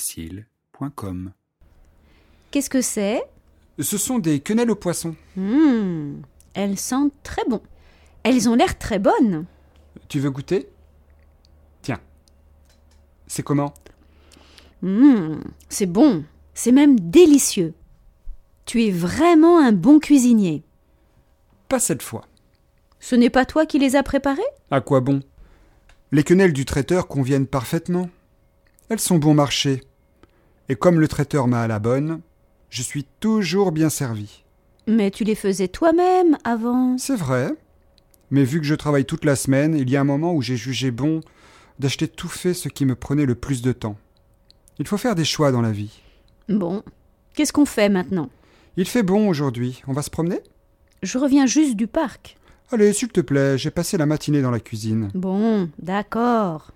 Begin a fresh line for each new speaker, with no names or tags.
podcastfrancaisfacile.com.
Qu'est-ce que c'est
Ce sont des quenelles au poisson.
Hmm, Elles sentent très bon. Elles ont l'air très bonnes.
Tu veux goûter Tiens. C'est comment
Hmm, C'est bon. C'est même délicieux. Tu es vraiment un bon cuisinier.
Pas cette fois.
Ce n'est pas toi qui les as préparées
À quoi bon Les quenelles du traiteur conviennent parfaitement. Elles sont bon marché. Et comme le traiteur m'a à la bonne, je suis toujours bien servi.
Mais tu les faisais toi-même avant.
C'est vrai. Mais vu que je travaille toute la semaine, il y a un moment où j'ai jugé bon d'acheter tout fait ce qui me prenait le plus de temps. Il faut faire des choix dans la vie.
Bon. Qu'est-ce qu'on fait maintenant
Il fait bon aujourd'hui, on va se promener
Je reviens juste du parc.
Allez, s'il te plaît, j'ai passé la matinée dans la cuisine.
Bon, d'accord.